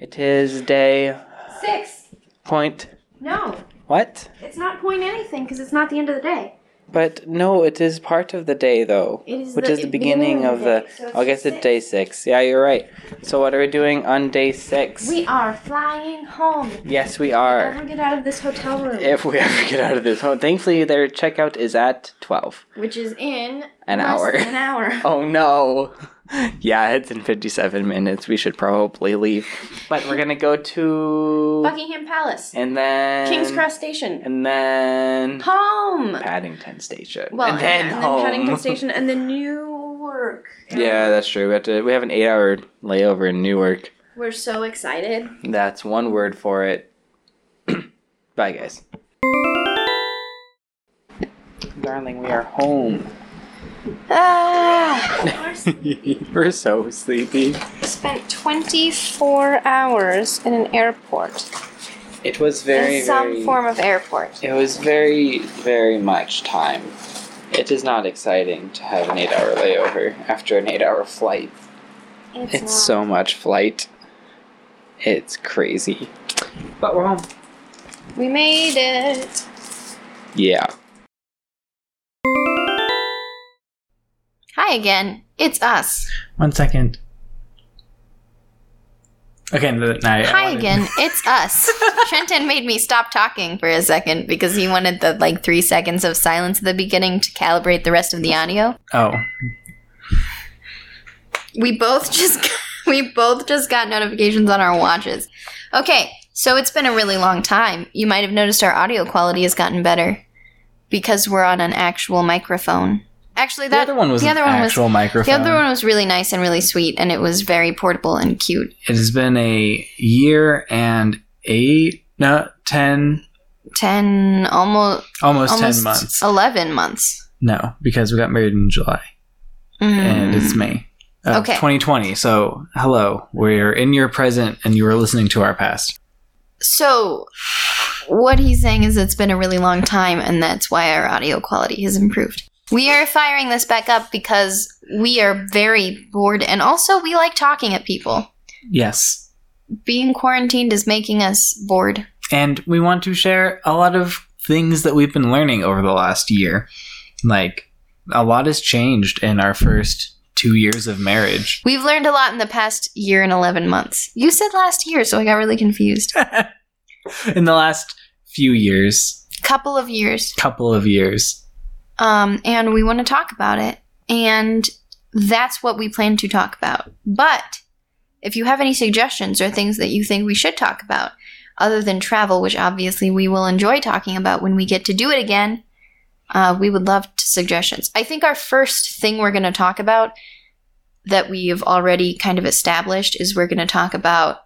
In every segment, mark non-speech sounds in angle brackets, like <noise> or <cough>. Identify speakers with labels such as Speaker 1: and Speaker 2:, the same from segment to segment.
Speaker 1: It is day
Speaker 2: Six.
Speaker 1: point.
Speaker 2: No,
Speaker 1: What?
Speaker 2: it's not point anything because it's not the end of the day.
Speaker 1: But no, it is part of the day though,
Speaker 2: It is
Speaker 1: which
Speaker 2: the
Speaker 1: is the beginning of the.
Speaker 2: day, so it's
Speaker 1: I guess
Speaker 2: just
Speaker 1: it's day six. Yeah, you're right. So what are we doing on day six?
Speaker 2: We are flying home.
Speaker 1: yes, we are.
Speaker 2: Never get out of this hotel room,
Speaker 1: If we <laughs> ever get out of this home, thankfully their checkout is at twelve
Speaker 2: which is in
Speaker 1: an
Speaker 2: less
Speaker 1: hour. <laughs>
Speaker 2: than an hour.
Speaker 1: Oh no. <laughs> Yeah, it's in 57 minutes. We should probably leave. But we're going to go to.
Speaker 2: Buckingham Palace,
Speaker 1: And then.
Speaker 2: King's Cross Station,
Speaker 1: And then.
Speaker 2: home.
Speaker 1: Paddington Station.
Speaker 2: Well,
Speaker 1: and then, home.
Speaker 2: Paddington Station, and then Newark.
Speaker 1: <laughs> Yeah, that's true. We have to. We have an eight-hour layover in Newark.
Speaker 2: We're
Speaker 1: <laughs>
Speaker 2: so excited.
Speaker 1: That's one word for it. <clears throat> Bye, guys. Darling, we are home.
Speaker 2: Ah,
Speaker 1: <laughs> We're so sleepy.
Speaker 2: spent 24 hours in an airport,
Speaker 1: It was very,
Speaker 2: in some
Speaker 1: very.
Speaker 2: form of airport.
Speaker 1: It was very, very much time. It is not exciting to have an eight hour layover after an eight hour flight.
Speaker 2: It's,
Speaker 1: It's
Speaker 2: not.
Speaker 1: so much flight. It's crazy. But we're home.
Speaker 2: we made it.
Speaker 1: Yeah.
Speaker 2: Hi again. It's us.
Speaker 3: One second. Okay, no, no, I- I
Speaker 4: Hi
Speaker 3: wanted- <laughs>
Speaker 4: again,
Speaker 2: <laughs>
Speaker 4: it's us. Trenton made me stop talking for a second because he wanted the like three seconds of silence at the beginning to calibrate the rest of the audio.
Speaker 3: Oh,
Speaker 4: We both just <laughs> we both just got notifications on our watches. Okay, so it's been a really long time. You might have noticed our audio quality has gotten better because we're on an actual microphone. Actually,
Speaker 3: the
Speaker 4: that
Speaker 3: other one was
Speaker 4: the other
Speaker 3: an
Speaker 4: one was
Speaker 3: actual
Speaker 4: the
Speaker 3: microphone.
Speaker 4: other one was really nice and really sweet, and it was very portable and cute.
Speaker 3: It has been a year and eight, no, ten,
Speaker 4: Ten almost
Speaker 3: almost, ten
Speaker 4: almost
Speaker 3: months.
Speaker 4: eleven months. Mm-hmm.
Speaker 3: No, because we got married in July, and it's May. Of
Speaker 4: Hmm. Okay.
Speaker 3: 2020. So, hello. We're in your present, and you were listening to our past.
Speaker 4: So, what he's saying is it's been a really long time, and that's why our audio quality has improved. We are firing this back up because we are very bored, and also we like talking at people.
Speaker 3: Yes.
Speaker 4: Being quarantined is making us bored.
Speaker 3: And we want to share a lot of things that we've been learning over the last year. Like, a lot has changed in our first two years of marriage.
Speaker 4: We've learned a lot in the past year and 11 months. You said last year, so I got really confused.
Speaker 3: in the last few years,
Speaker 4: Couple of years.
Speaker 3: couple of years.
Speaker 4: um, and we want to talk about it. And that's what we plan to talk about. But if you have any suggestions or things that you think we should talk about, other than travel, which obviously we will enjoy talking about when we get to do it again, uh, we would love to suggestions. I think our first thing we're going to talk about that we have already kind of established is we're going to talk about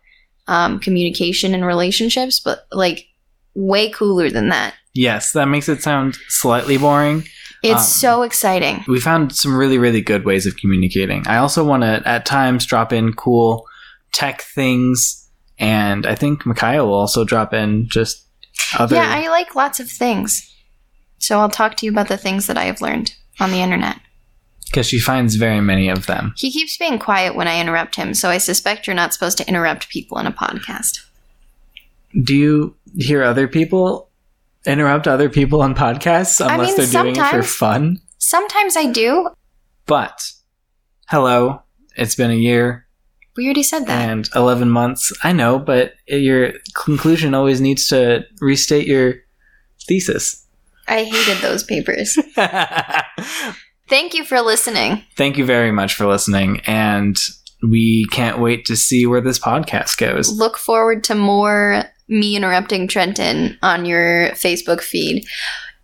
Speaker 4: um, communication and relationships, but like way cooler than that.
Speaker 3: Yes, that makes it sound slightly boring.
Speaker 4: It's
Speaker 3: Um,
Speaker 4: so exciting.
Speaker 3: We found some really, really good ways of communicating. I also want to, at times, drop in cool tech things. And I think Micaiah will also drop in just other.
Speaker 4: Yeah, I like lots of things. So I'll talk to you about the things that I have learned on the internet.
Speaker 3: Because she finds very many of them.
Speaker 4: He keeps being quiet when I interrupt him, so I suspect you're not supposed to interrupt people in a podcast.
Speaker 3: Do you hear other people interrupt other people on podcasts
Speaker 4: I
Speaker 3: unless
Speaker 4: mean,
Speaker 3: they're doing it for
Speaker 4: sometimes.
Speaker 3: fun?
Speaker 4: Sometimes I do.
Speaker 3: But hello, it's been a year
Speaker 4: We already said that.
Speaker 3: and 11 months. I know, but your conclusion always needs to restate your
Speaker 4: <laughs>
Speaker 3: thesis.
Speaker 4: I hated those papers. <laughs>
Speaker 3: Thank
Speaker 4: Thank you for listening.
Speaker 3: you very much for listening and we can't wait to see where this podcast goes.
Speaker 4: Look forward to more me interrupting Trenton on your Facebook feed.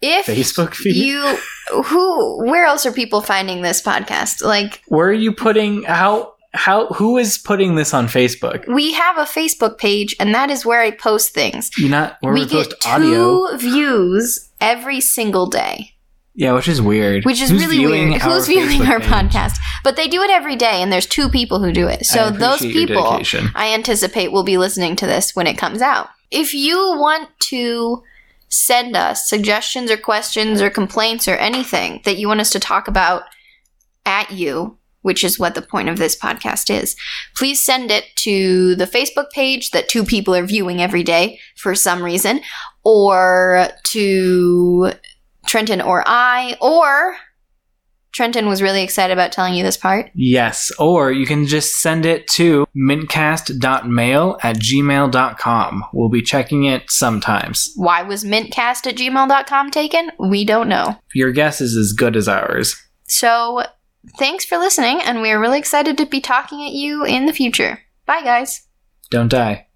Speaker 4: If
Speaker 3: Facebook feed.
Speaker 4: you who where else are people finding this podcast? Like
Speaker 3: where are you putting how how who is putting this on Facebook?
Speaker 4: we have a Facebook page and that is where I post things.
Speaker 3: You're not where we,
Speaker 4: we get
Speaker 3: post
Speaker 4: two
Speaker 3: audio.
Speaker 4: views every single day,
Speaker 3: Yeah, which is weird.
Speaker 4: which is
Speaker 3: Who's
Speaker 4: really
Speaker 3: viewing
Speaker 4: weird.
Speaker 3: our
Speaker 4: Who's viewing
Speaker 3: Facebook
Speaker 4: our
Speaker 3: page?
Speaker 4: podcast? But they do it every day, and there's two people who do it. So
Speaker 3: I
Speaker 4: those
Speaker 3: appreciate your
Speaker 4: people,
Speaker 3: dedication.
Speaker 4: I anticipate, will be listening to this when it comes out. If you want to send us suggestions or questions or complaints or anything that you want us to talk about at you, which is what the point of this podcast is. Please send it to the Facebook page that two people are viewing every day for some reason, or to Trenton or I, or Trenton was really excited about telling you this part.
Speaker 3: Yes, or you can just send it to mintcast.mail at gmail.com. We'll be checking it sometimes.
Speaker 4: Why was mintcast at gmail.com taken? We don't know.
Speaker 3: Your guess is as good as ours.
Speaker 4: So thanks for listening, and we are really excited to be talking at you in the future. Bye, guys.
Speaker 3: Don't die.